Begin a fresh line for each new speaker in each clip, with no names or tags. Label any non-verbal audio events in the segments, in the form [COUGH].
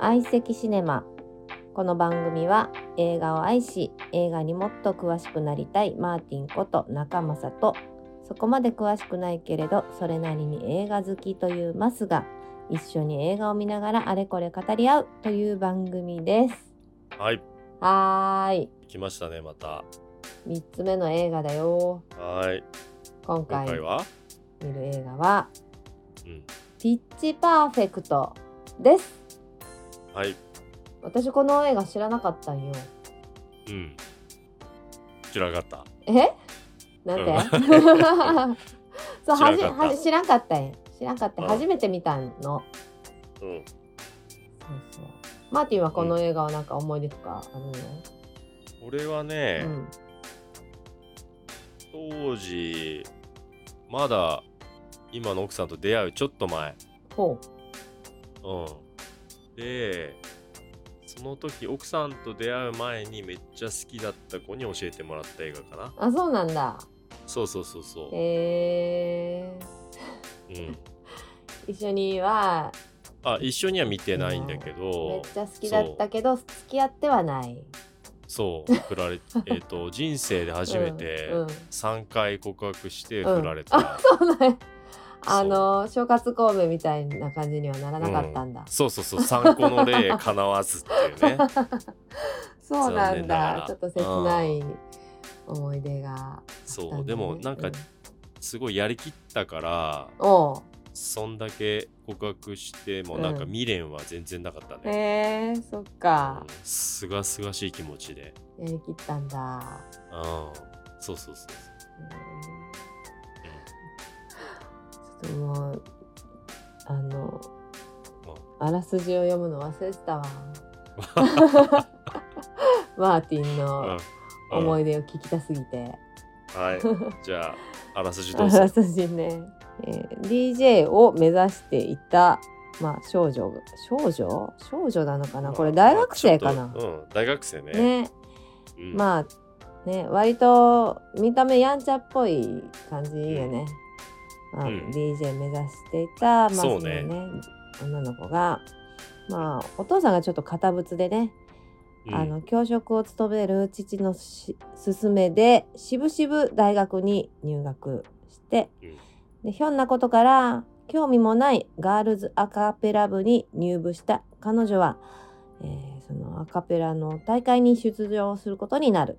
相席シネマこの番組は映画を愛し映画にもっと詳しくなりたいマーティンこと中正とそこまで詳しくないけれどそれなりに映画好きというマスが一緒に映画を見ながらあれこれ語り合うという番組です
はい、
はーい
来ましたね、また。
3つ目の映画だよ
はい、
今
今
回
回は、
見る映画は
うん、
ピッチパーフェクトです
はい、
私この映画知らなかったんよ
うん。知らなかった。
えなん
う
て
ん
[LAUGHS] そうはじ
知らんか
はじ知らんか
った
ったんや知らんかった
うん
初めて見たのそう
うん。
そうマーティンはこの映画はなんか思い出とかあるの、
俺は
う
ね、
ん
当時、まだ今の奥さんと出会うちょっと前。
ほ
うん。で、その時奥さんと出会う前にめっちゃ好きだった子に教えてもらった映画かな。
うあそうなんだ
そうそうそうそ
へえ
う。うん。
ー、一緒には
あ、一緒には見てないんだけど。
めっちゃ好きだったけど付き合ってはない
そう振
[LAUGHS]
られえっと人生で初めて
うんうん
3回告白して
うん
振られた、
そうなんやあの正月神戸みたいな感じにはならなかったんだ、
そうそうそう3個の例かなわずっていう
[LAUGHS]
ね
そうな
残
ん
念なが
だ
ら
ちょっと切ない思い出があったんだね、
そうでもなんか
う
すごいやりきったから
おう
そんだけ告白してもなんか
うん
未練は全然なかったね、
へえー、そっ
う
か
ん、すがすがしい気持ちで
やりきったんだ、
うんそうそうそうそう
うんちょっともうあのあらすじを読むの忘れてた
[LAUGHS]
わマーティン
うん
の
うん
思い出を聞きたすぎて、 [LAUGHS]
はいじゃああらすじど
あ
うぞ
らすじね、えー DJ を目指していた、まあ、少女が少女少女なのかなこれ大学生か
まあ
な
ち、ょっとうん大学生ね
ね
うん
まあね割と見た目やんちゃっぽい感じよね、まあ
うん
DJ 目指していた、まあ、
そうね
その女の子が、まあ、お父さんがちょっと堅物でね、
うん
あの教職を務める父のし勧めでしぶしぶ大学に入学して、でひょんなことから興味もないガールズアカペラ部に入部した彼女は、えーそのアカペラの大会に出場することになる。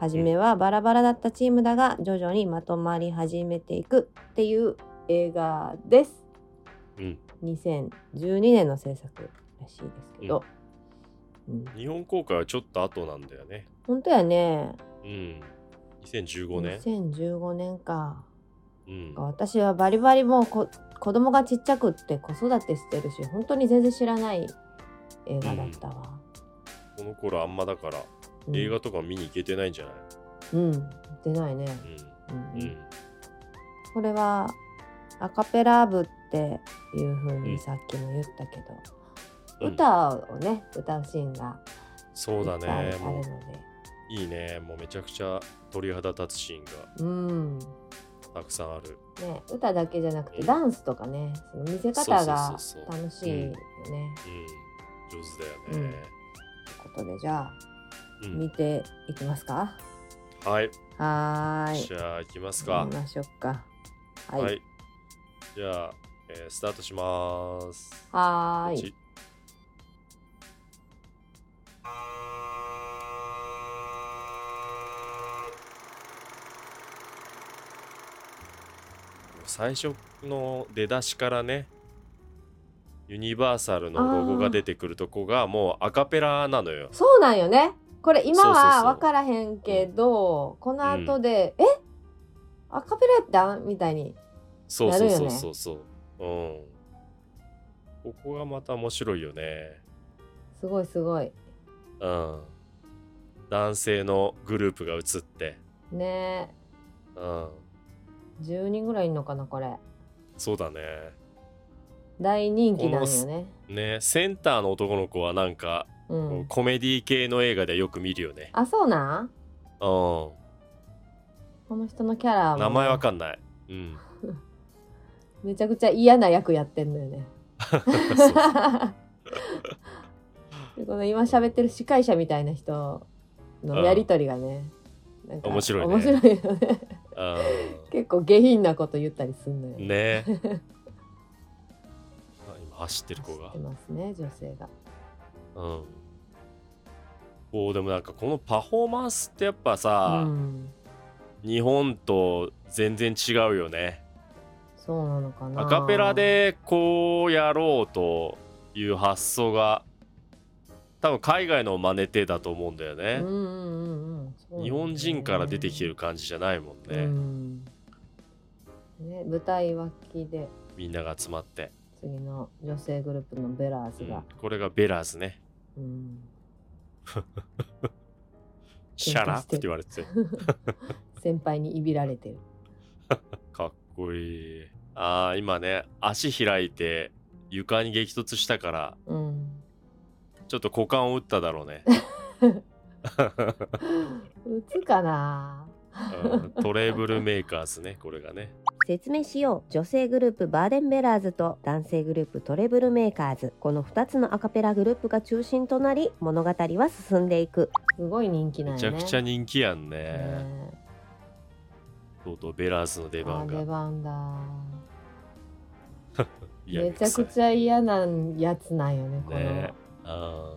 初めはバラバラだったチームだが徐々にまとまり始めていくっていう映画です。
うん
2012年の制作らしいですけど、うん、
日本公開はちょっと後なんだよね
本当やね
うん。2015年。
2015年か
うん。
私はバリバリもうこ子供がちっちゃくって子育てしてるし本当に全然知らない映画だったわ、
この頃あんまだから、
うん
映画とか見に行けてないんじゃない
うん出ないね、
う。
うんん
うん。
これはアカペラ部っていう風
う
に
ん
さっきも言ったけど、
うん
歌をね歌うシーンが
そ
いうっぱ
だ
いあ
ね
る。の
もう
で
いいね。もうめちゃくちゃ鳥肌立つシーンが
うん
たくさんある。
ね、歌だけじゃなくて
うん
ダンスとかねその見せ方が
そうそうそうそう
楽しいよね。
うん。上手だよね。
ということでじゃあ
う
見
ん。
ていきますか。
はい。
はーい。
じゃあ行きますか
見。ましょうか。はい。
はい。じゃあ、えースタートします。
はーい。
こっち最初の出だしからねユニバーサルのロゴが出てくるとこがもうアカペラなのよ
そうなんよね。これ今
そうそう
は
そう
分からへんけど、この後で、えアカペラやったんみたいに。
そう
や
そ
る
う
よ
そ
ね
うそうそう、うんここがまた面白いよね
すごいすごい。
うん男性のグループが映って
ね
うん
え。10人ぐらいいんのかな、これ。
そうだね
大人気なんよね。
ねセンターの男の子はなんか、
う。
こうんコメディ系の映画でよく見るよね
あ、そうなん
うん
この人のキャラも
名前わかんないうん [LAUGHS]
めちゃくちゃ嫌な役やってんのよね。
そう
でこの [LAUGHS] 今喋ってる司会者みたいな人のやりとりがね、なんか
面白いね
面白いよね [LAUGHS]
あ
結構下品なこと言ったりすんのよ
ーねえあ今走ってる子が
知ってますね女性が
うんこうでもなんかこのパフォーマンスってやっぱさ
う、ん、
日本と全然違うよね
そうなのかな
アカペラでこうやろうという発想が多分海外の真似てだと思うんだよ
うん
ね
う、んうんうんそうなんだよね
日本人から出てきてる感じじゃないもんね、
うんね舞台脇で
みんなが集まって、
次の女性グループのベラー
う
ズ
ん
が、
これがベラーズね
うん
シャラップって言われてて
先輩にいびられてる
かっこいいあー今ね足開いて床に激突したから
うん
ちょっと股間を打っただろうね、
打つかな [LAUGHS]
うんトレーブルメーカーズねこれがね
説明しよう女性グループバーデンベラーズと男性グループトレブルメーカーズこの2つのアカペラグループが中心となり物語は進んでいくすごい人気なん
め
や
ち
ね
ゃくちゃ
ね
人気やんね
え
とうとうベラーズの出
あ
番
出
が
番だ
いや
めちゃく
ゃ
ちゃ嫌なやつなんよねこの
ねあ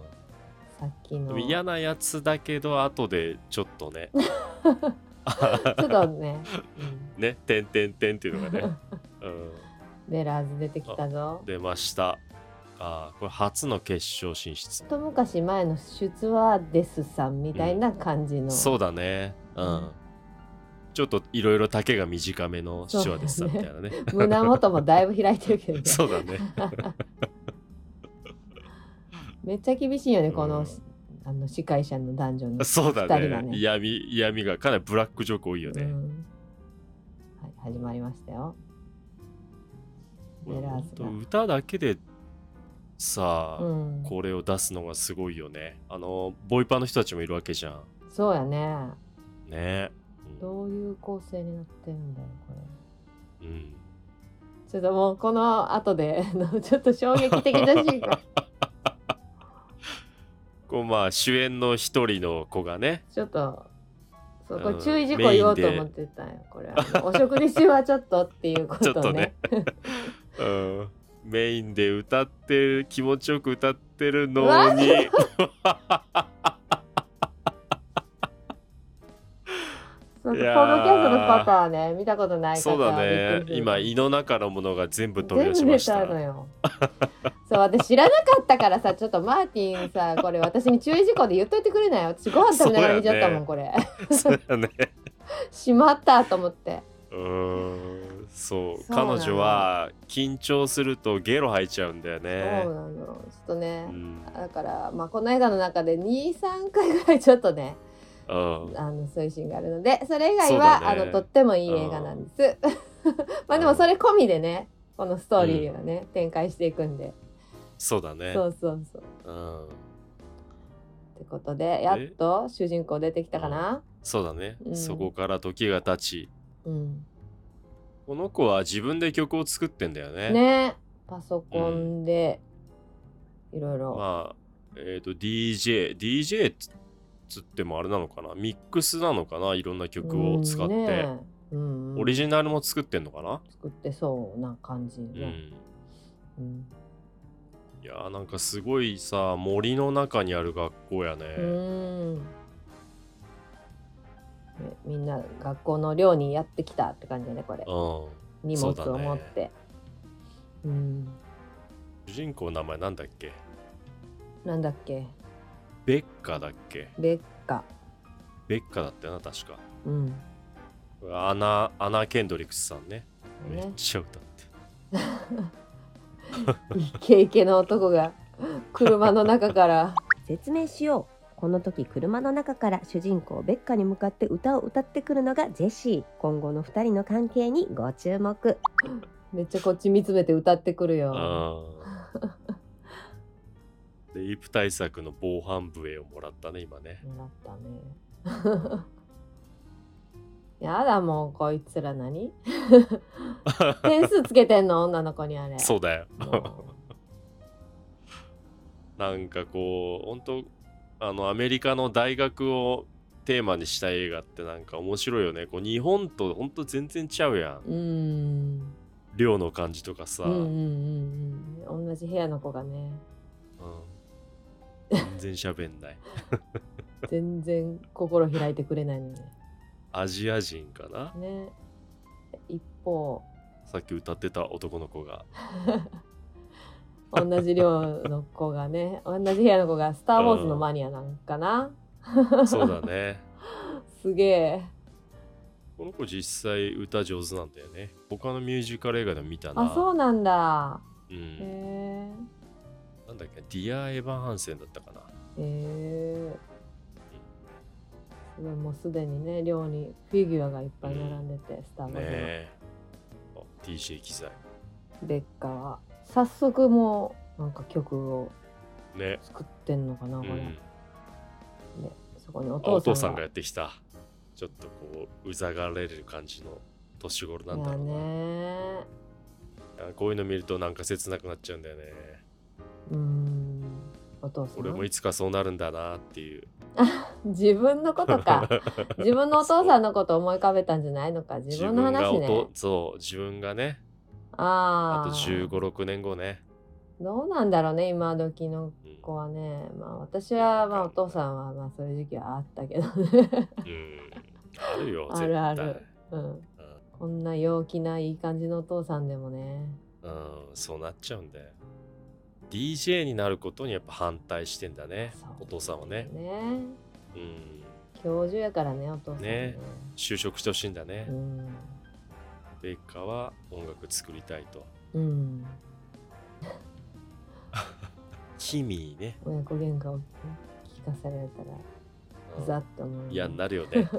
さっき
ーで
の
も嫌なやつだけど後でちょっとね
ちょっとね、
ねてんてんてんっていうのが
う
ね
[LAUGHS] ん、
うん、
ベラーズ出てきたぞ
出ましたあーこれ初の決勝進出
一昔前の出話ですさんみたいな感じの、
そうだねうん、
うん
ちょっといろいろ丈が短めのシチュアですさみたいなね
胸元もだいぶ開いてるけ
[LAUGHS]
どね
そう
[LAUGHS]
だね
めっちゃ厳しいよねこの,、
うん
あの司会者の男女の
そうだ
二人が
ね
ね
嫌味嫌味がかなりブラックジョーク多いよね、
うんはい、始まりましたよベラーズが
ほんと歌だけでさあ、
うん
これを出すのがすごいよねあのボイパの人たちもいるわけじゃん
そうやね
ねうん
どういう構成になってるんだろうこれ
うん
ちょっともうこの後で [LAUGHS] あのちょっと衝撃的なシ
[LAUGHS]
ーンが
こうまあ主演の一人の子がね
ちょっとそうこ
う
れ
ん
注意事項言おうと思ってたんよこれあのお食事中はちょっとっていうことね
[LAUGHS] ちょっとねうんメインで歌ってる気持ちよく歌ってるのに
そうポッ
い
ドキ
やー
ャストのパターンね見たことない方
そう
は
だ
びっく
ね
りする
今胃の中のものが全部飛
全
び出し
部
ま
出
した
たのよそう私知らなかったからさちょっとマーティンさこれ私に注意事項で言っといてくれない私ご飯食べながら見ちゃったもん、これ
そう
[LAUGHS]
だね
しまったと思って
うーんそう
そうなの
彼女は緊張するとゲロ吐いちゃうんだ
そ
よ
う
ね
なのちょっとね
う、ん
だからまあこの映画の中で23回ぐらいちょっとね
うん
あのそういうシーンがあるのでそれ以外は、
そう
あ
だね
のとってもいい映画なんです [LAUGHS] まあでもそれ込みでねこのストーリーがね、展開していくんで
そうだね
そうそうそう
うん
ってことでやっと主人公出てきたかな
そうだね、
うん
そこから時が経ち
うん
この子は自分で曲を作ってんだよね
ねパソコンでいろいろ
まあえっ、と DJDJ つつってもあれなのかなミックスなのかないろんな曲を使って、
うんねうんうん
オリジナルも作ってんのかな
作ってそうな感じ
うん、
ねうん
いやーなんかすごいさ森の中にある学校やね、
うんねみんな学校の寮にやってきたって感じだねこれ
うん
荷物
そうだ
を
ね
持ってうん
主人公の名前なんだっけ
なんだっけ
ベッカだっけ
ベッカ
ベッカだったよな確か
うん
アナアナ・ケンドリックスさんねめっ
ね
ちゃ歌って
イケイケの男が車の中から
説明しようこの時車の中から主人公ベッカに向かって歌を歌ってくるのがジェシー今後の2人の関係にご注目
めっちゃこっち見つめて歌ってくるよ
うんでイプ対策の防犯笛をもらったね今ね
もらったね [LAUGHS] やだもうこいつら何点数つけてんの女の子にあれ
そうだよ
も
なんかこう本当あのアメリカの大学をテーマにした映画ってなんか面白いよねこう日本と本当全然ちゃうやん
うん
寮の感じとかさ、
うんうんうんうん同じ部屋の子がね
うん全然喋
[LAUGHS]
んない [LAUGHS]
全然心開いてくれないのね
アジア人かな
ね一方
さっき歌ってた男の
[LAUGHS]
子が
同じ寮の子が
[LAUGHS]
ね同じ部屋の子が「スター・ウォーズ」のマニアなんかな、
そうだね
すげえ
この子実際歌上手なんだよね他のミュージカル映画でも見たな
あそうなんだ
う
へ
ん、
え
なんだっけディア・エヴァン・ハンセンだったかな
へえでももうすでにね寮にフィギュアがいっぱい並んでて、スター・ウォ
ね
ーズの、
えあ DJ 機材
ベッカは早速もうなんか曲を
ね
作ってんのかな
う
これ、
ん
でそこにお
あお
父
父
さ
さ
ん
んが
が
やってきたちょっとこううざがられる感じの年頃なんだ
だ
ろうな、
ね
あこういうの見るとなんか切なくなっちゃうんだよね
うんお父さん
俺もいつかそうなるんだなっていう
自分のこと
[LAUGHS]
か自分のお父さんのこと思い浮かべたんじゃないのか自分の話
自分がお
ね
とそう自分がねあ
あ
と
あ
1 5 6年後ね
どうなんだろうね今時の
うん
子はねまあ私はまあお父さんはまあそういう時期はあったけど
[LAUGHS]
ね
うんあ
[LAUGHS]
るよ
あ
絶対
るあるうんこんな陽気ないい感じのお父さんでもね
うん、うんそうなっちゃうんだよ DJ になることにやっぱ反対してんだね
そう
お父さんはね
ね
うん
教授やからねお父さん
ね就職してほしいんだね、
うん
ベッカは音楽作りたいと
うん
キミーね、
親子喧嘩を聞かされたら
うん
うざっと思う
嫌になるよね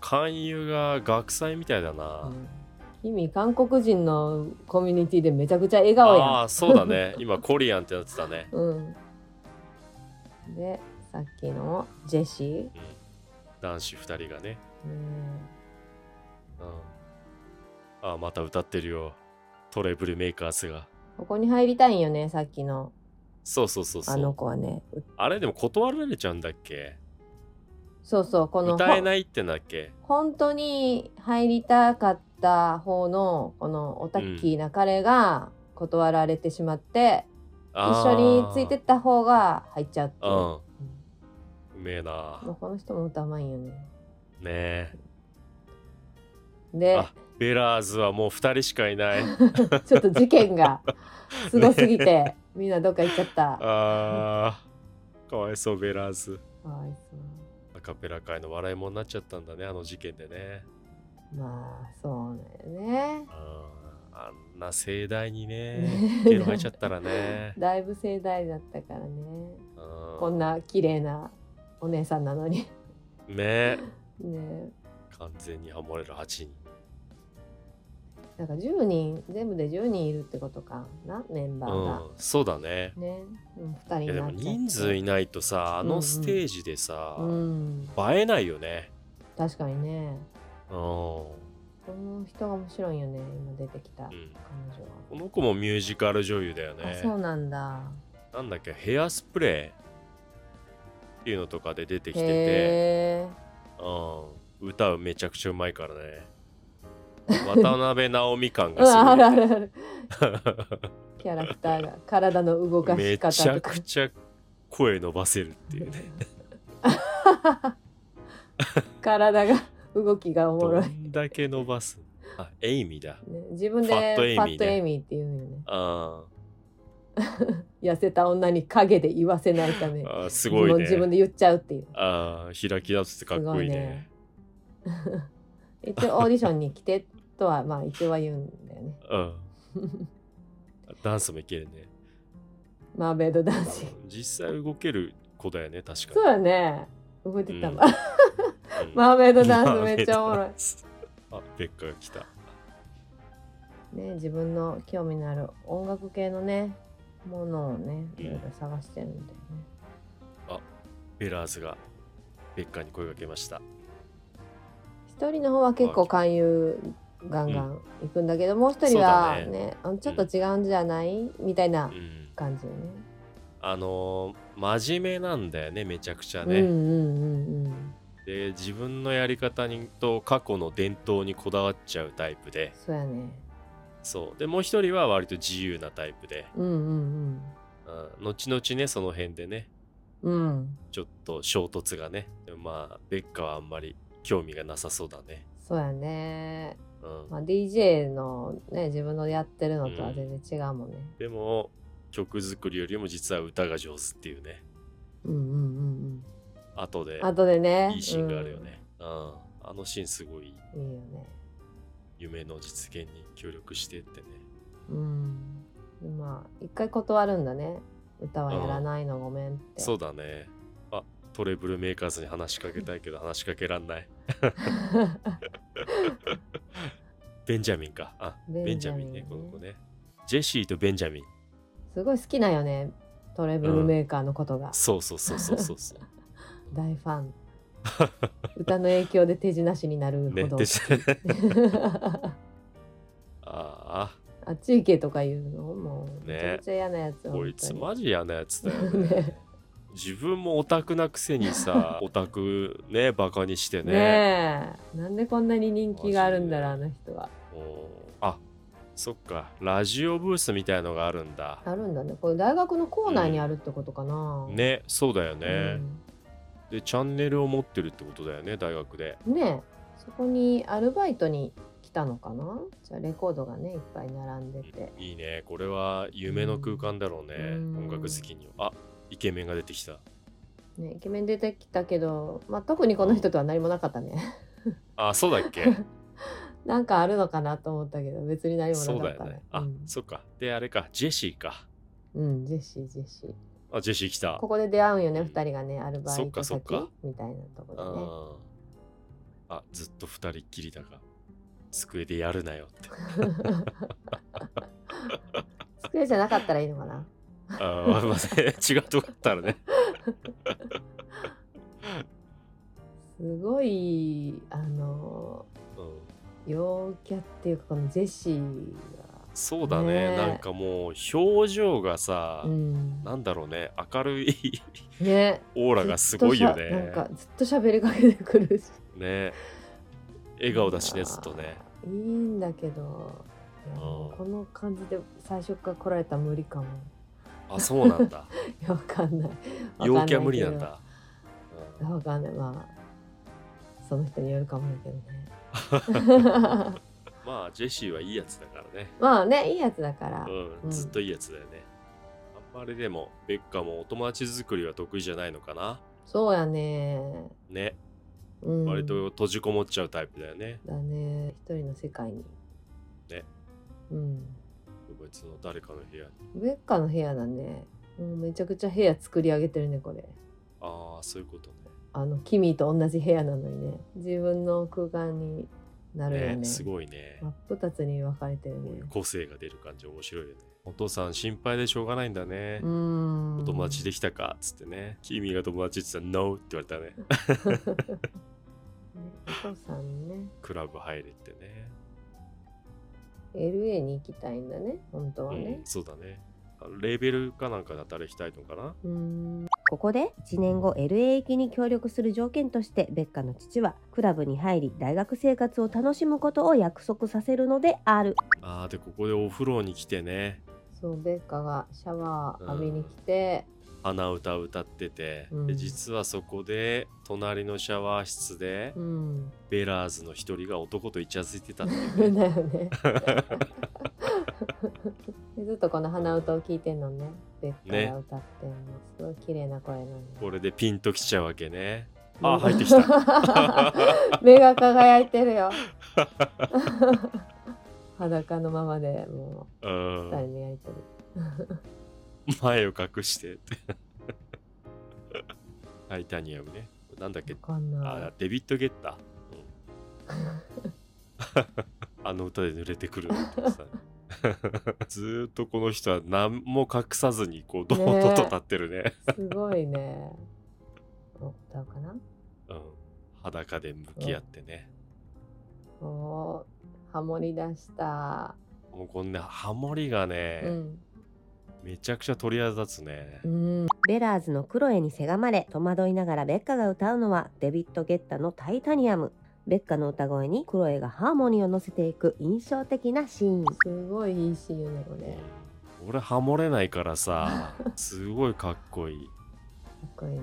勧誘が学祭みたいだな、
意味韓国人のコミュニティでめちゃくちゃ笑顔やん
ああそうだね今コリアンってなってたね
うん、でさっきのジェシー、ね
男子2人がね、
え
うん、ああまた歌ってるよトレブルメイカーズが
ここに入りたいんよねさっきの
そうそうそうそ
あ
う
の子はねう
あれでも断られちゃうんだっけ
そうそうこの
歌え
ほ
ないってなんだっけ
本当に入りたかった方のこのオタッキーな彼が断られてしまって、一緒についてった方が入っちゃうって
う
い
ん
う、
う
うん
めえな
もうこの人も歌うまいんよね
ねえ
で
あベラーズはもう2人しかいない
[LAUGHS] ちょっと事件が
[LAUGHS]
すごすぎて、みんなどっか行っちゃった。か
あーかわいそうベラーズ
わいそ
アカペラ界の笑いもんになっちゃったんだねあの事件でね
う。まあそうだよね。
あーあんな盛大に
[LAUGHS]
ねゲロ入っちゃったらね
だいぶ盛大だったからね。
うん
こんな綺麗なお姉さんなのに [LAUGHS]
ねえ
ね
完全にハモれる8人
なんか10人全部で10人いるってことかなメンバーが
う、んそうだね
ね、うん、2人
い
に
やで
な
も
っちゃって
人数いないとさあ
うんう
の
ん
ステージでさ、
うん
映えないよね
確かにね
うん、
この人が面白いよね今出てきた
う
彼
ん
女は、
この子もミュージカル女優だよね
あそうなんだ
なんだっけヘアスプレーっていうのとかで出てきてて、
へえ
うん、歌うめちゃくちゃうまいから [LAUGHS] ね渡辺直美感
うん
がすご
あ
い
るあるあるキャラクターが体の動かし
めち
方
ゃ
とか
くちゃ声伸ばせるっていう [LAUGHS] ね
体が動きがおも
ど
ろい、ね、
んだけ伸ばすあエイミだ
自分で
ファットエイミー
フ
ね
ァットエイミーって言うんよね
あ
痩せた女に影で言わせないため
ーあーすごい
もう
ね
自分で言っちゃうっていう
ああ開き出すってかっこいいね
一応オーディションに来てとはまあ一応は言うんだよね
うん [LAUGHS] ダンスもいけるね
マーメイド男
[LAUGHS]
子
実際動ける子だよね確かに
そうだね動いてた、
うんうん
マーメイドダンスめっちゃおもろい、
[LAUGHS] あベッカが来た
ね、自分の興味のある音楽系のねものをねいろいろ探してるんだよね、
ベラーズがベッカに声かけました
一人の方は結構勧誘ガンガン行くんだけど、もう一人はね
そうだ
あのちょっと違うんじゃない、みたいな
うん
感じよね。
あのー真面目なんだよねめちゃくちゃ
うんう
ね、
んうんうん
で自分のやり方にと過去の伝統にこだわっちゃうタイプで
そうやね
そうでもう一人は割と自由なタイプで、
うんうん
うん、後々ねその辺でね
うんうん
ちょっと衝突がねでもまあベッカはあんまり興味がなさそうだね、
そうやね、
うん、
まあ、DJ のね自分のやってるのとは全然違うもんね、
でも曲作りよりも実は歌が上手っていうね
うん、うんうん
後で
うんあとでね
いいシーンがあるよね、うんあのシーンすごい
うんいいよね
夢の実現に協力してってね
うんでまあ一回断るんだね歌はやらないのごめんって
そうだねあトレブルメーカーズに話しかけたいけど話しかけら
[LAUGHS]
んないベンジャミンかあベ
ベ
ン
ン
ジ
ジ
ャ
ャ
ミ
ミ
ン
ン
ね
ね
この子ねジェシーとベンジャミン
すごい好きなんよねトレブルメーカーのことが、
そうそうそうそうそうそう
[LAUGHS] 大ファ
[LAUGHS]
ン歌の影響で手品師になる
ね
ほど、
で [LAUGHS] あ
あっち行けとか言うのもうめ
ね
ちゃくちゃ嫌なやつ、本
あ
当
こ
に
いつマジ嫌なやつだよ
[LAUGHS]
ね
ね
自分もオタクなくせに
[LAUGHS]
さオタクねバカにして
ね
ね
えなんでこんなに人気があるんだろうあの人は
おーあそっかラジオブースみたいのがあるんだ
あるんだねこれ大学の校内にあるってことかな、
ねそうだよ
う
ね、
ん
でチャンネルを持ってるってことだよね大学で
ねえそこにアルバイトに来たのかなじゃあレコードがねいっぱい並んでて
いいねこれは夢の空間だろうね、
うん
音楽好きにはあイケメンが出てきた
ねイケメン出てきたけど、まあ、特にこの人とは何もなかったね [LAUGHS]
あそうだっけ
なんかあるのかなと思ったけど別に何も
そう
なか
だ
った
よね
ね
あ、
うん
そっかであれかジェシーか
うん、ジェシー、ジェシー。
あジェシー来た
ここで出会うんよね、
うん
二人がね、アルバ
そっ
イ
か
ト
そっ
先
か
みたいなとこ
あ
ろ
ーあずっと二人っきりだが机でやるなよって
でね。机じゃなかったらいいのかな。
あーまあまあね違うとこだったらね
すごい、あの
うん
ー、陽キャっていうか、このジェシー
そうだね
ねえ
なんかもう表情がさ、
が。うん。
なんだろうね明るい [LAUGHS]
ね。
オーラがすごいよ
ずっとしゃ
ね
なんか、ずっと喋りかけてくるし。 [LAUGHS]
ね笑顔だしねずっとね
いいんだけど、いやもうこの感じで最初から来られたら無理かも。 [LAUGHS]
あそうなんだ
いやわかんない。
[LAUGHS] 陽キャ無理なん
わかんないけど
だ、うん
わかんないまあその人によるかもだけどね
[LAUGHS]
[LAUGHS]
まあジェシーはいいやつだからね、
まあねいいやつだから、
う、
うんん
ずっといいやつだよねあんまりでもベッカもお友達作りは得意じゃないのかな
そうやね、
ね
うん、
割と閉じこもっちゃうタイプだよね、
だね一人の世界に
ね
うん
別の誰かの部屋に
ウェッカの部屋だねもうめちゃくちゃ部屋作り上げてるねこれ
ああそういうことね
あのキミと同じ部屋なのにね自分の空間になるよね
ねすごいね
真っ二つに分かれてる
こう
ね
いう個性が出る感じ面白いよねお父さん心配でしょうがないんだね、
うん
お友達できたかっつってね君が友達って言ったら「NO」って言われたね
ねお父さんね
クラブ入れってね
LA に行きたいんだね本当は
う
ね
ん、そうだねあレーベルかなんかで働きたいのかな
うん
ここで1年後 LA 行きに協力する条件としてベッカの父はクラブに入り大学生活を楽しむことを約束させるのである
あーでここでお風呂に来てね
そうベッカがシャワー浴びに来て、
鼻歌歌ってて、
うん
で実はそこで隣のシャワー室で、
うん、 [LAUGHS]
ベラーズの一人が男とイチャついてたっていう
だ
ね
よ [LAUGHS]
[LAUGHS]
ねでずっとこの鼻歌を聴いてんのねベッカが歌ってんの、すごい綺麗な声なの
これでピンときちゃうわけねあ入ってきた
[LAUGHS] た [LAUGHS] 目が輝いてるよ [LAUGHS] 裸のままでも
う
う二
ん
人のやりとり
前を隠してってタイタニアムねなんだっけ
わかんな
あ
い
デビッド・ゲッター、うん [LAUGHS] あの歌で濡れてくるのとかさ [LAUGHS] ずーっとこの人は何も隠さずにこう堂々と立ってるね
すごいねお歌うかな
うん、裸で向き合ってね、
おーハモり出した
もうこんなハモリがね、
うん
めちゃくちゃ取り立つね
う。ん
ベラーズのクロエにせがまれ戸惑いながらベッカが歌うのはデビッド・ゲッタの「タイタニアム」ベッカの歌声にクロエがハーモニーを乗せていく印象的なシーン
すごいいいシーンねこれか
うん俺ハモれないから [LAUGHS] さすごいかっこいい
っこいいね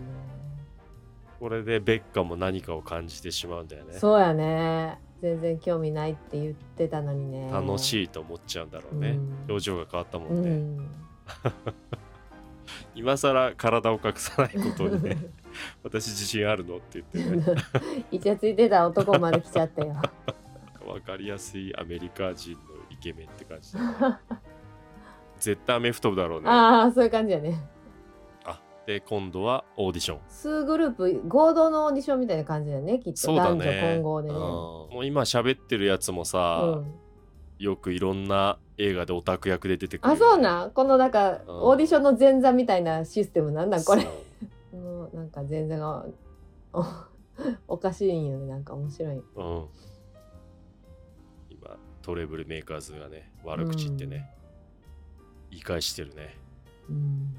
これでベッカも何かを感じてしまうんだよね
そうやね全然興味ないって言ってたのにね
楽
い
しいと思っちゃうんだろうね、表情が変わったも
うん
ね、
ん
今更体を隠さないことにね [LAUGHS] 私自信あるのって言ってね
イチャついてた男まで来ちゃったよ
わかりやすいアメリカ人のイケメンって感じだね絶対アメフト部だろうね
ああそういう感じやね
で今度はオーディション
数グループ合同のオーディションみたいな感じだよねきっと
そうだ
男女
ね
混合でね
うんもう今喋ってるやつも
う
さ、
ん
よくいろんな映画でオタク役で出てくる
あそうなんこのなんか
うん
オーディションの前座みたいなシステムなんなんこれ
そう
もうなんか前座がおおかしいんよねなんか面白い
うん、今トレブルメーカーズがね悪口言ってね、言い返してるね
うん、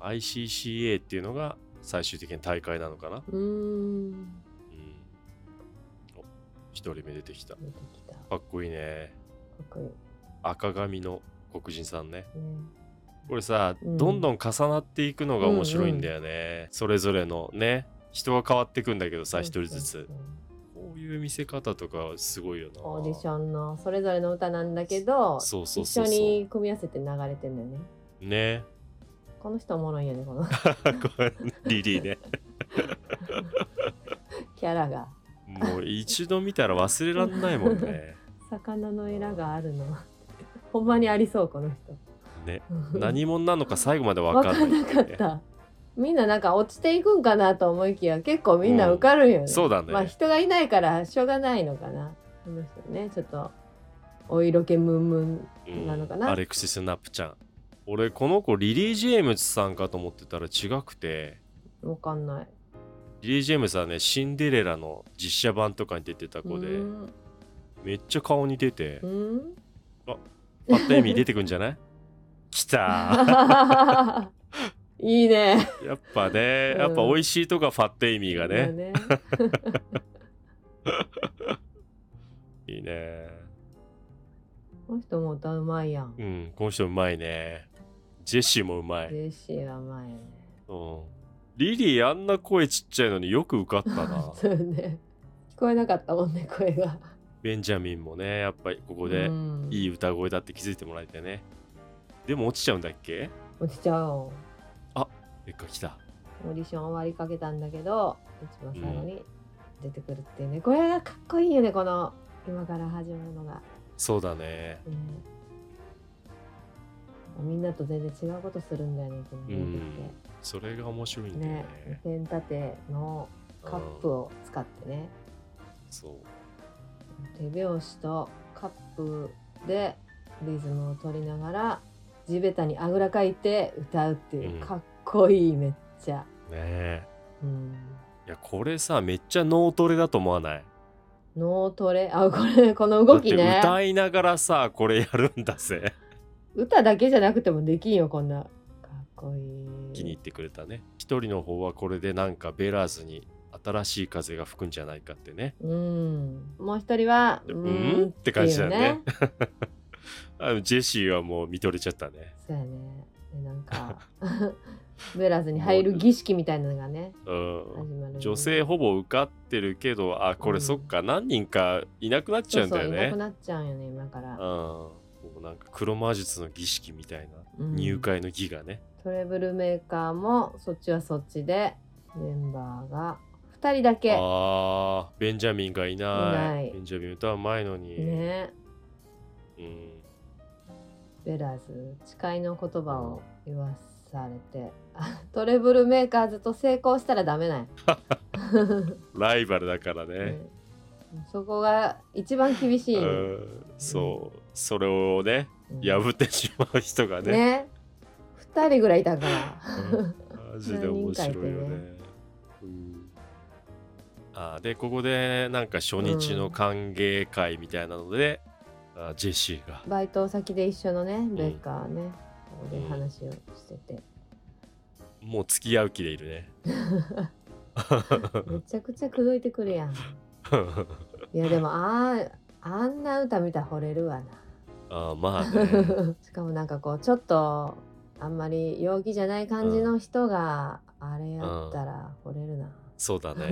ICCA っていうのが最終的に大会なのかな
うーん、
うんお一人目出てきた
出てきたか
かっこいいね
っこいいね
赤髪の黒人さんねこれさ、どんどん重なっていくのが面白いんだよね、それぞれのね人は変わってくんだけどさ一人ず
そう
つ
そう
こういう見せ方とかすごいよな
そうオーディションのそれぞれの歌なんだけど
そうそうそうそう
一緒に組み合わせて流れてんだよね
ね
この人おもろいよねこの [LAUGHS]
ごめんリリーね
キャラが
もう一度見たら忘れらんないもんね。
魚のエラがあるの [LAUGHS] ほんまにありそうこの人
ね何者なのか最後まで分かんない、
分かんなかっ。たみんななんか落ちていくんかなと思いきや結構みんな受かるんよね、
そうだね。
まあ人がいないからしょうがないのかなこの人ねちょっとお色気ムンムン
うん
なのかな
アレクシス・ナプちゃん。俺この子リリー・ジェームズさんかと思ってたら違くて
わかんない
リリー・ジェームズはねシンデレラの実写版とかに出てた子で
うん
めっちゃ顔似てて
うん [LAUGHS]
パッと意味出てくんじゃない [LAUGHS] 来
[LAUGHS]
た
いいね
やっぱねやっぱ美味しいとかファット意味がね、
だね
いいね
この人も歌うまいやん
うんこの人うまいねジェシーもうまい
ジェシーはうまいよね
うんリリーあんな声ちっちゃいのによく受かったな
[LAUGHS] そうね聞こえなかったもんね声が
ベンジャミンもねやっぱりここで
うん
いい歌声だって気づいてもらえてねでも落ちちゃうんだっけ
落ちちゃおう
ベッカ来た
オーディション終わりかけたんだけど一番最後に出てくるっていうね、これがかっこいいよねこの今から始まるのが、
そうだね
ねみんなと全然違うことするんだよねこの出て
それが面白い
きて
んだよ
ね
ね
ペン立てのカップ
うん
を使ってね、
そう
手拍子とカップでリズムを取りながら地べたにあぐらかいて歌うっていう、
うん
かっこいいめっちゃ、
ねえ
うん、
いやこれさめっちゃ脳トレだと思わない
脳トレあこれこの動き
だ
ね
って歌いながらさこれやるんだぜ
歌だけじゃなくてもできんよこんなかっこいい
気に入ってくれたね一人の方はこれでなんかベラーズに新しい風が吹くんじゃないかってね
うんもう一人は
で
う
う
ー
んって感じだよ
っていう
ねあのジェシーはもう見とれちゃったね。
そうやねでなん
[LAUGHS]
かベラーズに入る儀式みたいなのがね
うん
始まる
女性ほぼ受かってるけどあこ
うん
れそっか、何人かいなくなっち
そ
ゃう
うんそ
だ
う
よ
い
ね。
なくなっちゃうんよね今から、
うん、もうなんか黒魔術の儀式みたいな
うん
入会の儀がね、
トレブルメーカーもそっちはそっちでメンバーが2人だけ
あーベンジャミンがいない
いない
ベンジャミン歌う前のに、
ね
うん、
ベラーズ誓いの言葉を言わされてあトレブルメーカーズと成功したらダメなんや
ライバルだからね、
うんそこが一番厳しい、
う
ね
ん、そうそれをね破ってしまう人が
ね
ね
2人ぐらいいたから
マジで面白
[LAUGHS] 何人かいて
いよね。うんあーでここでなんか初日の歓迎会みたいなので、あージェシーが
バイト先で一緒のねベッカーね、で話をしてて、
もう付き合う気でいるね [LAUGHS]
めちゃくちゃ口説いてくるやん。いやでもあーあんな歌見たら惚れるわ
あーまあね
な。 [LAUGHS] しかもなんかこうちょっとあんまり陽気じゃない感じの人があれやったら惚れるな。
そ
[LAUGHS]
うだね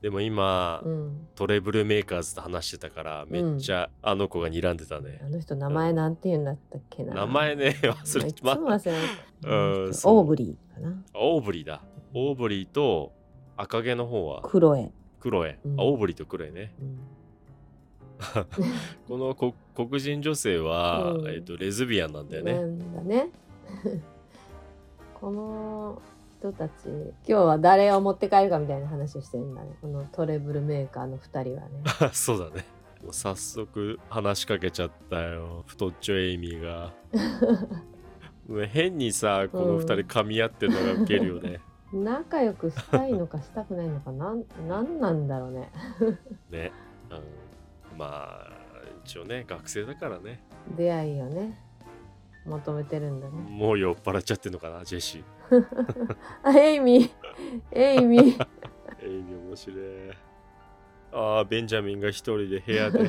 でも今、
うん、
トレブルメーカーズと話してたからめっちゃあの子が睨んでたね
あ、の人名前なんて言うんだったっけな。
名前ね
そ
忘
れ
れ
い
て
つも
ま
忘れる。
うんそう
オーブリーかな。
オーブリーだオーブリーと赤毛の方は
クロエ。
クロエ、
うん
あオーブリーとクロエね
うん
このこ黒人女性は、
うん
えっとレズビアンなんだよ
な
ね
んだね。 [LAUGHS] この人たち、今日は誰を持って帰るかみたいな話をしてるんだね。このトレブルメーカーの2人は
[LAUGHS]
ね。
[LAUGHS] そうだねもう早速話しかけちゃったよ太っちょエイミーが
[LAUGHS]
もう変にさこの二人
うん
噛み合ってるのがウケるよね、
仲良くしたいのかしたくないのかなん、なんなんだろうね。
ね、うん、まあ一応ね学生だからね
出会いをね、求めてるんだね。
もう酔っ払っちゃってんのかなジェシー
あ、エイミー、エイミー。
エイミー面白いああベンジャミンが一人で部
[LAUGHS]
屋で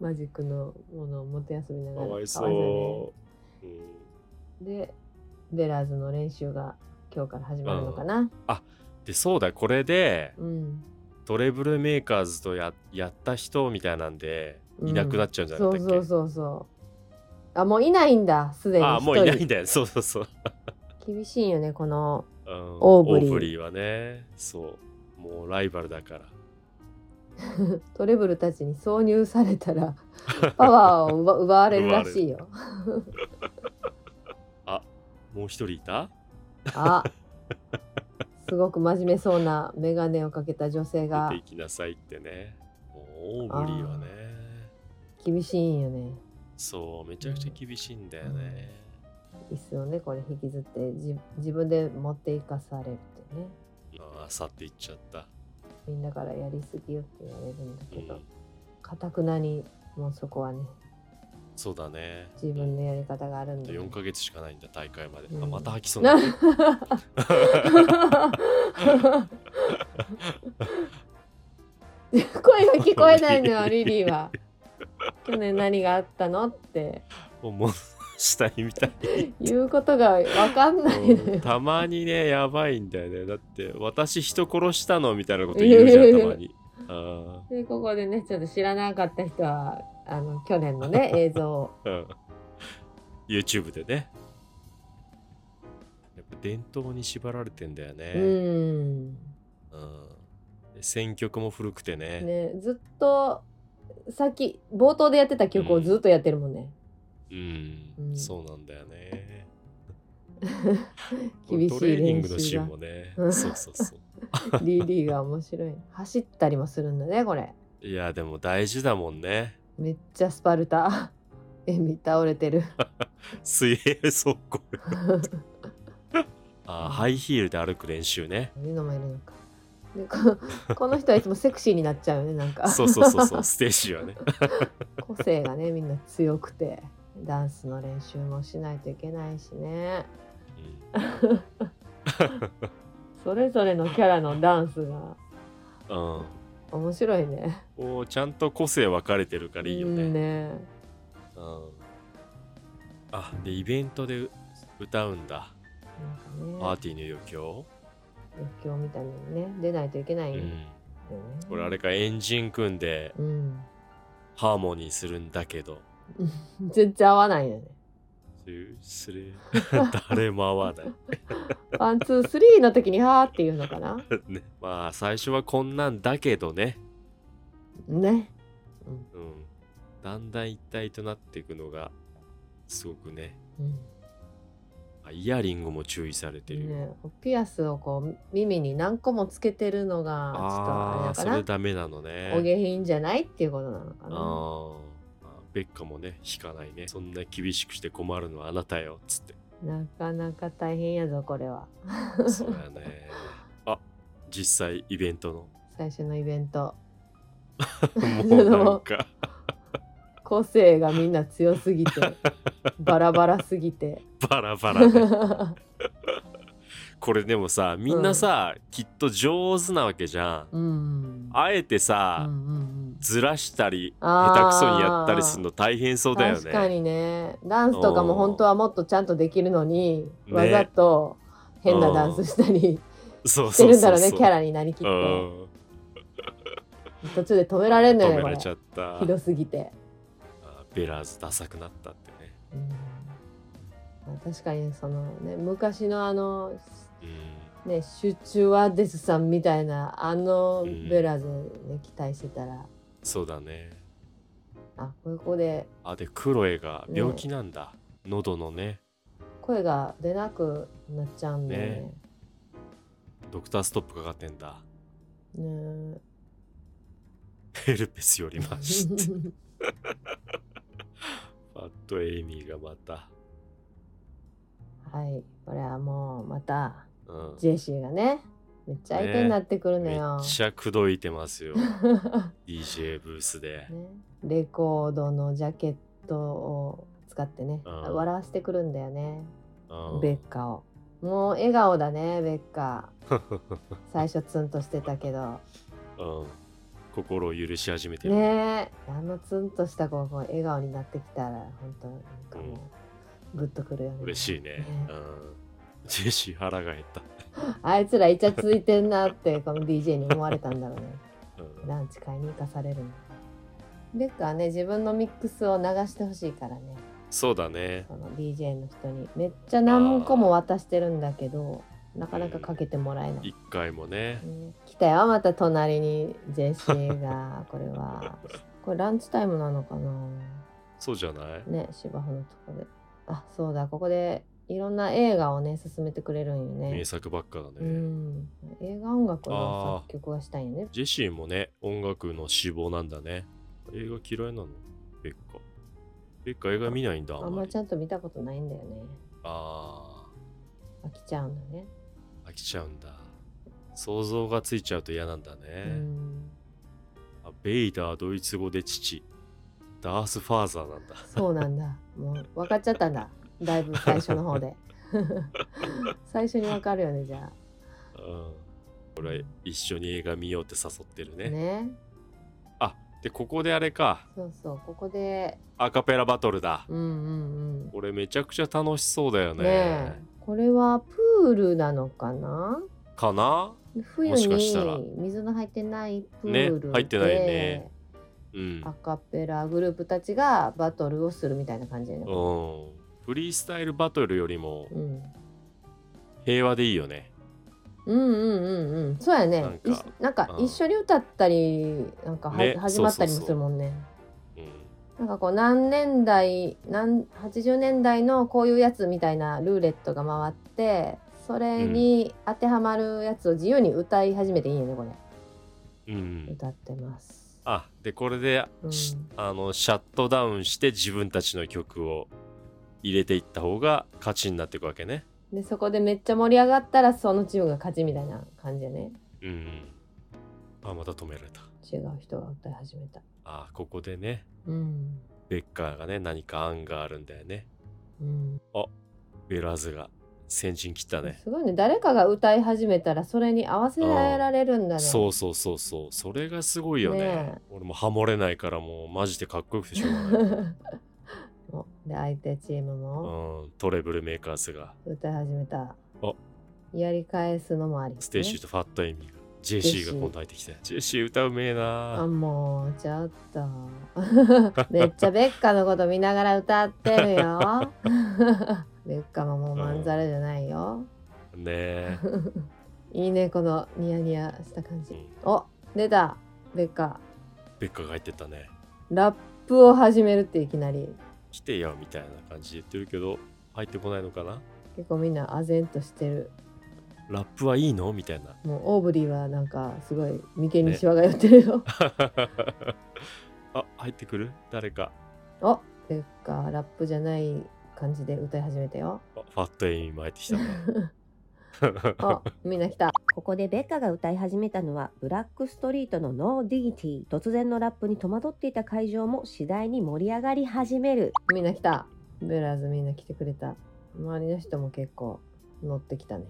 マジックのものをもて休みな
か
がら。
わいそう、うん、
うね。で、ベラーズの練習が今日から始まるのかな。
でそうだこれで
うん。
トレブルメーカーズとややった人みたいなんで
うん
いなくなっちゃうんじゃな
そ
かった
う
っけ、
そうそうそう。あもういないんだすでに一
ああ
人
もういないんだよ [LAUGHS] そうそうそう、
厳しいよねこの
うん、
オーブリー
はねそうもうライバルだから
トレブルたちに挿入された
[LAUGHS]
らパワーを奪奪われるらしいよ。
もう一人いた
あすごく真面目そうな眼鏡をかけた女性が
出ていきなさいってねもうオーブリーはね
厳しいんよね。
そうめちゃくちゃ厳しいんだよね、
椅子をねこれ引きずってじ自分で持っていかされるってね
ああ去っていっちゃった、
みんなからやりすぎよって言われるんだ
う
けど
ん、
かたくなにもうそこはね
そうだね
自分のやり方があるん
あと
だ、
4ヶ月しかないんだ大会まで、
う
あ
ん
また吐きそうにな
な
った
[LAUGHS] 声が聞こえないのよリリーは去年何があったのって
思うしたいみたい
[LAUGHS] 言うことが分かんないの
うん
よ
たまにねやばいんだよねだって私人殺したのみたいなこと言うじゃんた
[LAUGHS]
まにあ
でここでねちょっと知らなかった人はあの去年の [LAUGHS] ね映像を
ー、うん、YouTube でねやっぱ伝統に縛られてんだよ
う
ね、
ん
うんで選曲も古くてね
ねずっとさっき冒頭でやってた曲をずっとやってるもんね、
うん、
うん
そうなんだよね
厳し
ト
い練習が
レーニングのシーンもね
うん
そうそうそう
リリーが面白い走ったりもするんだねこれ
いやでも大事だもんね
めっちゃスパルタ [LAUGHS] エミ倒れてる
水平走
[LAUGHS]
行あーハイヒールで歩く練習ね
犬のもいるのかでこ [LAUGHS] この人はいつもセクシーになっちゃうよねなんか
そうそうそうそうステージはね
個性がねみんな強くてダンスの練習もしないといけないしねそれぞれのキャラのダンスが
うん、うん
面白いね
こうちゃんと個性分かれてるからいいよね,、
う
うんん、
ね
あでイベントで歌うんだ
なん
パ
か
ー
ね
ティーの余興、
熱狂みたいなのね出ないといけない
う
よね、
ん、これあれかエンジン組んで
うん
ハーモニーするんだけど [LAUGHS]
全然合わないよね
スルースルー誰も合わない [LAUGHS]
ワンツースリーの時に「はー」っていうのかな
ね、まあ最初はこんなんだけどね、
ね
うん、だんだん一体となっていくのがすごくね
うん
あイヤリングも注意されてるよ、
ねピアスをこう耳に何個もつけてるのがちょっとあ
ああ
れだ
そ
か
れ
な
ダメなのね
お下品じゃないっていうことなのか
あ
な
ーまあベッカもね引かないねそんな厳しくして困るのはあなたよっつって
なかなか大変やぞこれは
そうや
[LAUGHS]
ねあ実際イベント
最初のイベント
のもうなんか
個性がみんな強す
[LAUGHS]
ぎてバラバラすぎて
バラバラで [LAUGHS] これでもさみんなさ、きっと上手なわけじゃん
うん
あえてさ、
うんうんうん
ずらしたり
あー
下手くそにやったりするの大変そうだよね
確かにねダンスとかも本当はもっとちゃんとできるのに、
ね
わざと変なダンスした [LAUGHS] り
そう
して
そう
るんだ
そ
ろ
う
うね
そう
キャラになりきっ
う
て
ん
途中で止められんの
止
よ
め
こ
ら
れ
れちゃった
ひどすぎて、
あベラーズダサくなったってね
うんまあ、確かにそのね昔のあの
うん
ねシュチュワデスさんみたいなあの
うん
ベラーズね期待してたら、
そうだね
あこれここで
あでクロエが病気なんだ、喉のね
声が出なくなっちゃうんだよね
ねドクターストップかかってんだ
ね
ヘルペスよ
[LAUGHS]
りまして
ね
ファットエイミーがまた、
はいこれはもうまた
うん、
ジェシーがねめっちゃ相手になってくるの
めっ
よ、
ちゃ口説いてま
[LAUGHS]
すよ DJ ブースで、
ね、レコードのジャケットを使ってね、
うん
笑わせてくるんだよね、
うん、
ベッカをもう笑顔だねベッ
[LAUGHS]
カ最初ツンとしてたけど
うん、心を許し始めてる、
ねえあのツンとした子がこう笑顔になってきたら本当なんかもうグッとくるよね
嬉しいね、
ね
うん、ジェシー腹が減った、
あいつらイチャついてんなってこの DJ に思われたんだろうね
うん
ランチ買いに行かされるのベッカはね自分のミックスを流してほしいからね
そうだね
その DJ の人にめっちゃ何個も渡してるんだけどなかなかかけてもらえない、
一回もね
ね来たよまた隣にジェシーがこれはこれランチタイムなのかな
そうじゃない
ね芝生のとこであそうだここでいろんな映画をね進めてくれるんよね
名作ばっかだね、
うん映画音楽の作曲がしたいんよね
ジェシーもね音楽の志望なんだね映画嫌いなのベッカベッカ映画見ないんだあ
あ
ん
んま
まり
ちゃんと見たことないんだよね
あ
飽きちゃうんだね、
ー飽きちゃうんだ想像がついちゃうと嫌なんだね、
うん
あベイダードイツ語で父ダースファーザーなんだ
そうなんだ。もう分かっちゃったんだ。だいぶ最初の方
[LAUGHS]
で。最初に分かるよね、じゃ
うんこれ一緒に映画見ようって誘ってる
あ。
ね
ね。
あでここであれか
そうそう、ここで。
アカペラバトルだ
うんうんうん。
これめちゃくちゃ楽しそうだよ
ね
ね
え。これはプールなのかな
かな
冬
もしかしたら
に水の入ってないプールで、
ね入ってないねうん
アカペラグループたちがバトルをするみたいな感じだよ
う
ね。
んフリースタイルバトルよりも
うん
平和でいいよね
うんうんうんうんそうやね
なんか
いなんか
うん
一緒に歌ったりなんかは、
ね
始まったりも
そうそうそう
するもんね
う
な
ん
んかこう何年代何80年代のこういうやつみたいなルーレットが回ってそれに当てはまるやつを自由に歌い始めていいよねこれ
うん、
歌ってます
あでこれで、
うん
しあのシャットダウンして自分たちの曲を入れていった方が勝ちになっていくわけね
でそこでめっちゃ盛り上がったらそのチームが勝ちみたいな感じやね
うんあまた止められた
違う人が歌い始めた
あここでね
うん
ベッカーがね何か案があるんだよね
うん
ベラーズが先陣切ったね
すごいね誰かが歌い始めたらそれに合わせられるんだね
そうそうそうそうそれがすごいよね
ねえ
俺もハモれないからもうマジでかっこよくてしょうが
[LAUGHS]
ない、
おで相手チームも
うん、トレブルメーカーズが
歌い始めた、
あ
やり返すのもあり、ね、
ステイシーとファットエイミーがジェ
シー
シーが今度入ってきてジェシー歌うめえ
あ
な
もうちょっ
[LAUGHS]
とめっちゃベッカのこと見ながら歌ってる
[LAUGHS]
よベッカももうまんざらじゃないよ、
ねえ
いいねこのニヤニヤした感じ、
うん
お出たベッカ
ベッカが入ってったね
ラップを始めるっていきなり
来てよみたいな感じで言ってるけど入ってこないのかな
結構みんな唖然としてる
ラップはいいのみたい
[LAUGHS]
な
もうオーブリーはなんかすごい眉間にシワが寄ってる
[LAUGHS]
よ、
あ入ってくる誰か
おベッカラップじゃない感
[LAUGHS]
じで歌い始めたよ
あファットエイミーも入ってきたね
あみんな来た
ここでベッカが歌い始めたのはブラックストリートのノーディギティ。突然のラップに戸惑っていた会場も次第に盛り上がり始める。
みんな来た。ベラーズみんな来てくれた。周りの人も結構乗ってきたね。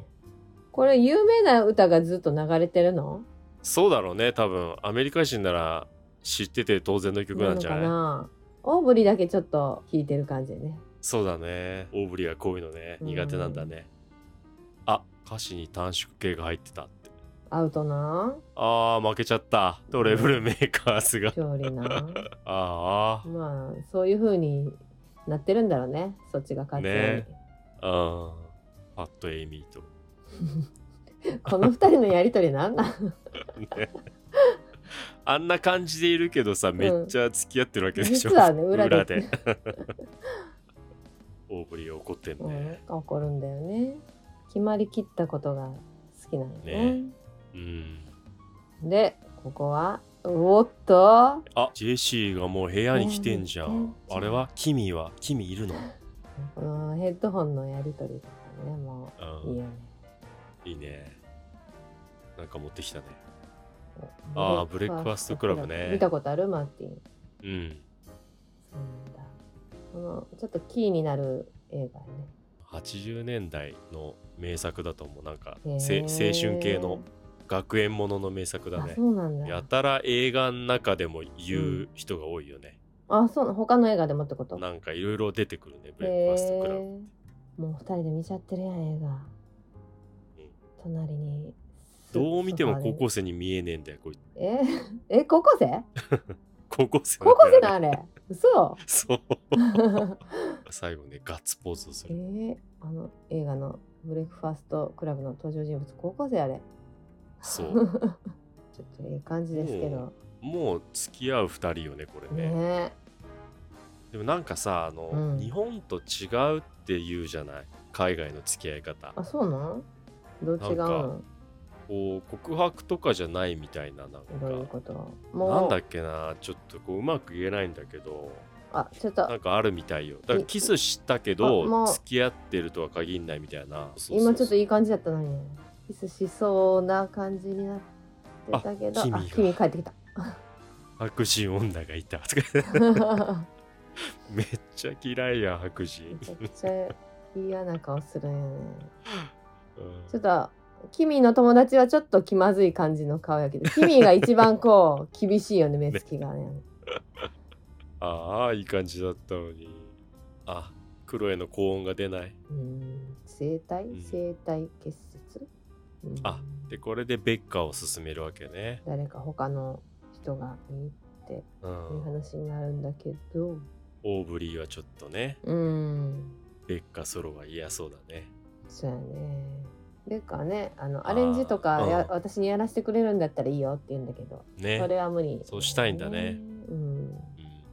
これ有名な歌がずっと流れてるの
そうだろうね多分アメリカ人なら知ってて当然の曲なんじゃない
なのかなオーブリだけちょっと弾いてる感じね。
そうだねオーブリーはこういうのね
うん
苦手なんだね、あ歌詞に短縮系が入ってたって
アウトな
あー負けちゃったドレブルメーカーズが
調理な
あ
まあそういう風になってるんだろうねそっちが勝手に、
ねーあーパッドエイミーと
[LAUGHS] この二人のやりとりなんなん
あんな感じでいるけどさめっちゃ付き合ってるわけでしょ、 [LAUGHS]
実はね裏で
オーブリー怒ってん
うんなん
ね
か怒るんだよね決まりきったことが好きなんよね
ねうん
でここはおっと
あジェシーがもう部屋に来てんじゃ
うん
んあれはキミはキミいるの、
このヘッドホンのやりとりとかねも
う
うんいいよね
いいねなんか持ってきたねあーブレックファーストクラブね
見たことあるマーティン
うん
そうなんだこのちょっとキーになる映画ね
80年代の名作だと思うなんか
へー
せ青春系の学園ものの名作だ
あ
ね
そうなんだ
やたら映画の中でも言う人が多いよね、
あそうな他の映画でもってこと
なんかいろいろ出てくるねブレックファーストクラ
へ
ブ
ーもう二人で見ちゃってるやん映画
うん
隣に
どう見ても高校
生
生に見えねえんだよこい
ええ [LAUGHS] 高校生
高校生
高校生
だ
の
よ
あれ
[LAUGHS]
嘘
そう
え
最後ねガッツポーズをする
ー、あの映画のブレックファーストクラブの登場人物高校生あれ
そ
ち
う
ょっとええ感じですけど
もう付き合う2人よねこれね
ね
でもなんかさあの、
うん
日本と違うって言うじゃない海外の付き合い方
あそうなんどう違う
なん
の
こう告白とかじゃないみたいななんか
どういうこともう
なんだっけなちょっとこううまく言えないんだけど
あちょっと
なんかあるみたいよだから
い
キスしたけ
あも
ど
う
付き合ってるとは限んないみたいなそうそう
今ちょっといい感じだったのにキスしそうな感じになってたけど
あ
あ
君が
君帰ってきた
白人女がいた [LAUGHS] とかめっちゃ嫌いや白
め
人、
ちゃくちゃ嫌な顔するんよね。
うん
ちょっと、キミの友達はちょっと気まずい感じの顔やけど、キミが一番こう、厳しいよね、目つきがね。
ああいい感じだったのにあクロエの高音が出ない
うん、生体
ん
生体結節、うん
あでこれでベッカーを進めるわけね、
誰か他の人がいいって
う、
いうん話になるんだけど、
オーブリーはちょっとね
うん、
ベッカソロは嫌そうだね
そうやね。でかね、あの
あー
アレンジとかや、
うん
私にやらせてくれるんだったらいいよって言うんだけど、
ね
それは無理、
そうしたいんだね。
[LAUGHS] うん
うん、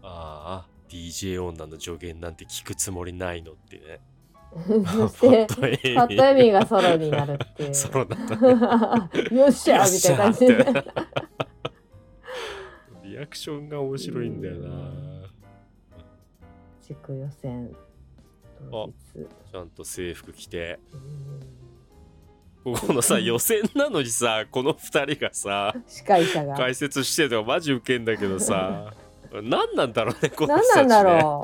ああ DJ 女の助言なんて聞くつもりないのってね [LAUGHS]
そして、
パッ
パッドエ
ミ
ミーがソロになるっていう。
[LAUGHS] ソ
[LAUGHS]
ロだったね
よっしゃみたいな感じ
よっしゃー
で
っ。てリアクションが面白いんだよな
地区予選当日。
ちゃんと制服着て
うん
ここのさ予選なのにさこの2人がさ
司会者が。
解説してとかマジウケんだけどさ何なんだろうねこの
何
人たち
な
ね
んだろ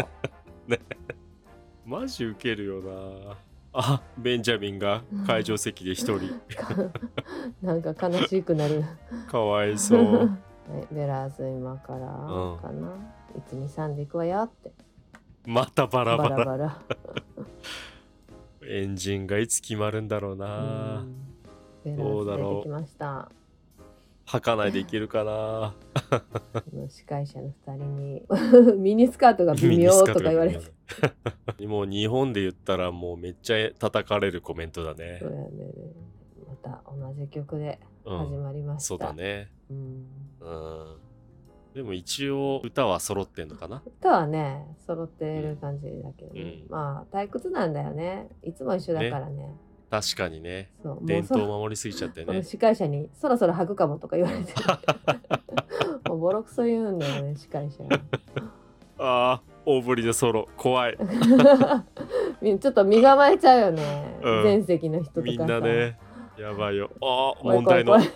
マジウケるよなあベンジャミンが会場席で一人
う。 [LAUGHS] なんか悲しくなる。
かわいそう
[LAUGHS] はいベラーズ今から
うん
かな。1、2、3で行くわよって。
またバ
バ
ラバラ
ラバラ。
エンジンがいつ決まるんだろう
う
なん
ベラ
どうだ
ーズ
ろう
出てきました。
吐かないでいけるかな
この司会者の2人に [LAUGHS] ミニスカートが [LAUGHS] 微妙とか言われて。
て [LAUGHS] もう日本で言ったらもうめっちゃ叩かれるコメントだね
[LAUGHS] そうやね。また同じ曲で
う
始
ん
まりました。
そうだね
うん
うんでも一応歌は揃ってんのかな
歌はね揃ってる感じだけどね、
うん
まあ退屈なんだよねいつも一緒だからね
確かにね
そうも
伝
うそ
統を守りすぎちゃって
この
ね
司会者に「そろそろ吐くかも」とか言われて
[LAUGHS]
もうボロクソ言うんだよね司会者 [LAUGHS]
ああ大ぶりでソロ怖い
みちょっと身構えちゃうよね、
うん
全席の人とかさ
みんなねやばいよ。ああ、
怖い
問題の。
怖い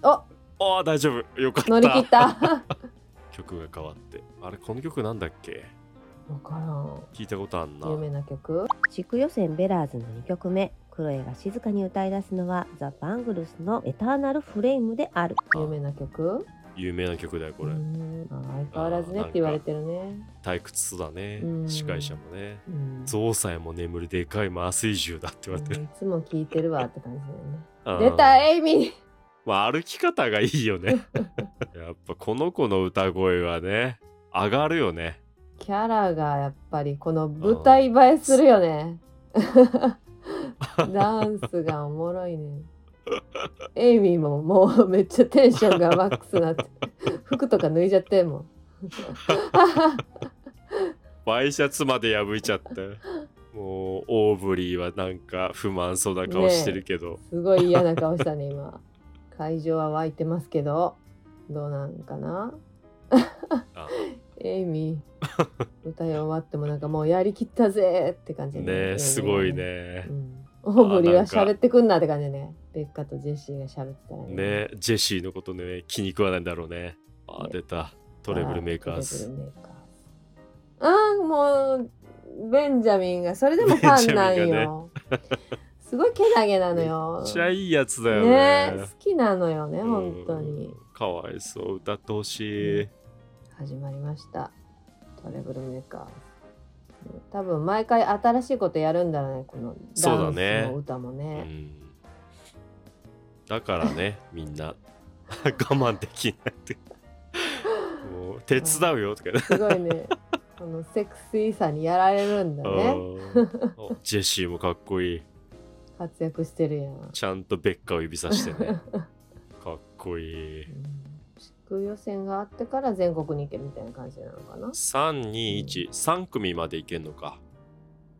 怖い
ああ、大丈夫。よかった。
乗り切
[LAUGHS]
った。わ
曲が変わって。あれ、この曲なんだっけ
から。。
聞いたことあんなん
有名な曲
地区予選ベラーズの2曲目クロエが静かに歌い出すのはザ・バングルスの「エターナル・フレイム」である
有名な曲
有名な曲だよ、これ
う。んあ相変わらずねって言われてるね。
退屈だね
う。ん
司会者もね。
うん
ゾウさえも眠るでかい麻酔銃だって言われてる。
いつも聴いてるわって感じだよね。
あー
[LAUGHS] 出たエイミ
まあ、歩き方がいいよ
[LAUGHS]
ね。やっぱこの子の歌声はね、上がるよね。
ーキャラがやっぱりこの舞台映えするよ
[LAUGHS]
ね。ダンスがおもろいね。エイミーももうめっちゃテンションがマックスになって服とか脱いじゃってんもん。
ワイシャツまで破いちゃったよ。もう、オーブリーはなんか不満そうな顔してるけど。
すごい嫌な顔したね今。会場は湧いてますけどどうなんかな
あ
エイミー歌い終わってもなんかもうやりきったぜって感じだエイミ
ね
ー
すごいね
う。ん、オーブリーは喋ってくんなって感じねベッカとジェシーが喋ってたら
ねジェシーのことね、気に食わないんだろうね。あ、
ね
出た。トレブルメーカー
ト
ズ。
レブルメーカーズあーもうベンジャミンがそれでもファンなん
ベンジャミン
よ、すごいけなげなのよ
めっちゃいいやつだよ
ね
ね。
好きなのよね
うん
本当に。
かわいそう、歌ってほしい。
始まりましたトレブルメーカーズ多分毎回新しいことやるんだろうねこの
そう
ダ
だ
ン
ね
スも歌も
う
ね
ん。だからね、みんな、 [LAUGHS] 我慢できな
[LAUGHS]
いって。もう、手伝うよとかね。
すごいね [LAUGHS] このセクシーさにやられるんだね
うんおジェシーもかっこいい。
活躍してるやん、うん
ちゃんとベッカを指さしてね。 [LAUGHS] かっこいい。
地区予選があってから全国に行けるみたいな感じなのかな
321、3組までいけんのか。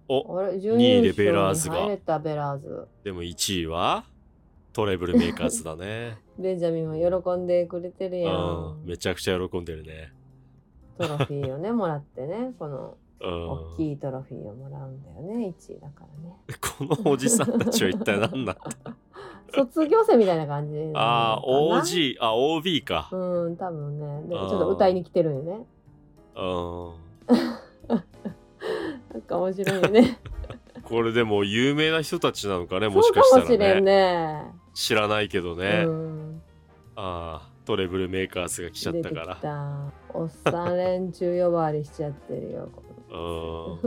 お、
あれ準
二位
優
でベラーズ
勝
が
に入れたベラーズ
でも1位はトレブルメーカーズだね。
ベンジャミンも喜んでくれてる
う
や
ん、
ん
めちゃくちゃ喜んでるね。
トロフィーを
[LAUGHS]
ねもらってねこの
うん、
大きいトロフィーをもらうんだよね1位だからね
[LAUGHS] このおじさんたちは一体何
[LAUGHS]
なんだ
卒業生みたいな感じなのかな
ああ、OG、あ、OB か。
うん多分ねでち
あ
ょ
ー
っと歌いに来てるよね
うん。
なんか面白いよ
[LAUGHS]
ね
これでも有名な人たちなのかね、
そ
もし
う
かした
かも
らね
し。れんね
知らないけどね。
うん、
ああ、トレブルメーカーズが来ちゃったか
出
ら
てき。たおっさん連中呼ばわりしちゃってるよこの
うん。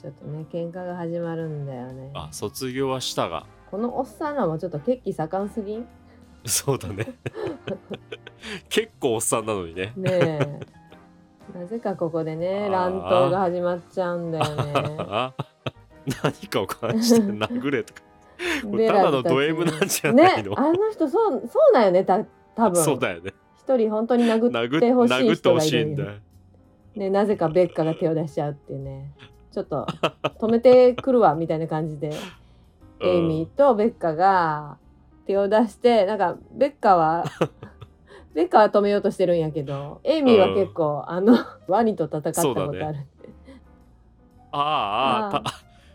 ちょっとね喧嘩が始まるんだよね
あ、卒業はしたが。
このおっさんらもちょっと血気盛んすぎん
[LAUGHS] そうだね。結構おっさんなのに [LAUGHS] ね。
ねえなぜかここでね
あ
乱
ー
闘が始まっちゃうんだよ
[LAUGHS]
ね
あ何かを感じて殴れとか。こ
ベ
れた
ラ
だ
ー
の
ズたち
ド M なんじゃな
ね
いの、
あの人そうそうなんよねた多分
そうだよね。
一人本当に殴
殴
っ
ってて
ほしい
殴って
人
ほ
がい
しい
る
ん
ん
だ
だ、。ね、なぜかベッカが手を出しちゃうっていうねちょっと止めてくるわみたいな感じで、
うん
エイミーとベッカが手を出してなんかベッカ
[LAUGHS]
はベッカは止めようとしてるんやけどエイミーは結構、あのワニと戦ったことあ
そうだ
るんで、
ああああ
あ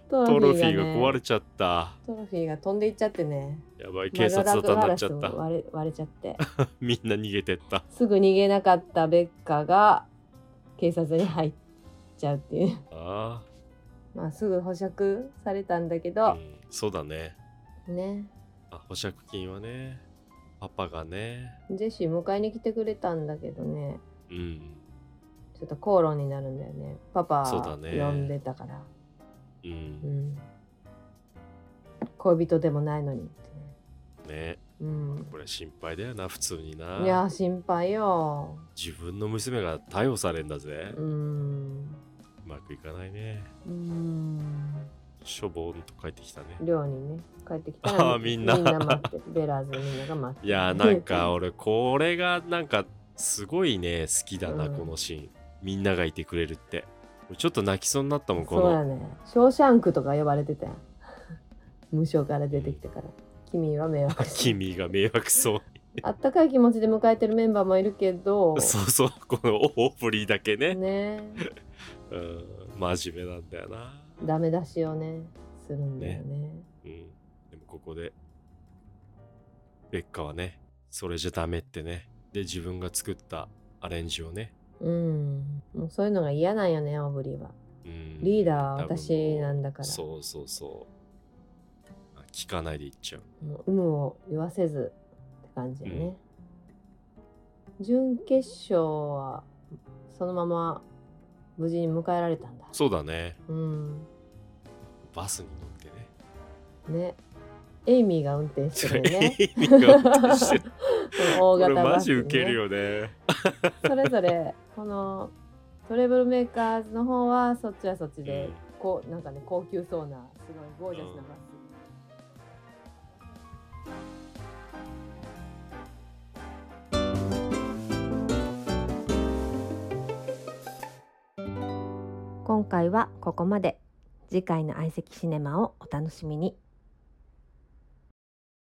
ト
たト
ロ
ロフ
フ
ィ
ィ
ー
ー
が
が,、
壊
ね、
れちゃった。
トロフィーが飛んでいっちゃってね
やばい、警察沙汰になっちゃっ
窓ガラスも
た。
割れ割れちゃって
みんな逃げてった。
すぐ逃げなかったベッカが警察に入っちゃうっていう。 [LAUGHS]
あ
まあ、すぐ保釈されたんだけ
あ、う
ど、
ん、そうだね。
ね
あ保釈金はね、パパがね、
ジェシー迎えに来てくれたんだけどね
うん、
ちょっと口論になるんだよねパパ
そうだね
呼んでたから
う、
うんん、恋人でもないのにってね
ね、
うん
これ心配だよな、普通にな。
いやー心配よ
自分の娘が逮捕されんだぜ。
う
うんまくいかないね。
うん
しょぼんと帰ってきたね。
寮にね帰ってきた
あー
ら
みんな
みんな待ってベラーズみんなが待って
いやーなんか俺これがなんかすごいね好きだな、
うん
このシーンみんながいてくれるってちょっと泣きそうになったもんこ
そうや
の
ね「ショーシャンク」とか呼ばれてたやん [LAUGHS] 無償から出てきてから君は迷惑
君が迷惑そう
あったかい気持ちで迎えてるメンバーもいるけど
そうそうこのオープリーだけね
ね
うん真面目なんだよな、
ダメ出しをねするんだよね
うん、でもここでベッカはねそれじゃダメってねで自分が作ったアレンジをね
うん。もうそういうのが嫌なんよね、オブリは。
うん
リーダーは
多分
私なんだから
そうそうそうあ聞かないでいっちゃう
もう有無を言わせずって感じやね、準決勝はそのまま無事に迎えられたんだ
そうだね
うん
バスに乗ってね
ねエイミーが運転してるよね
[LAUGHS] 意味が分かんない
[LAUGHS]
してる
大
これ
型
マ
バ
ジ
ス、
ウケる
ね、
よね
それぞれこのトレブルメーカーズの方はそっちはそっちで、
うん
こうなんかね高級そうなすごいゴージャスなバス、
今回はここまで次回の相席シネマをお楽しみに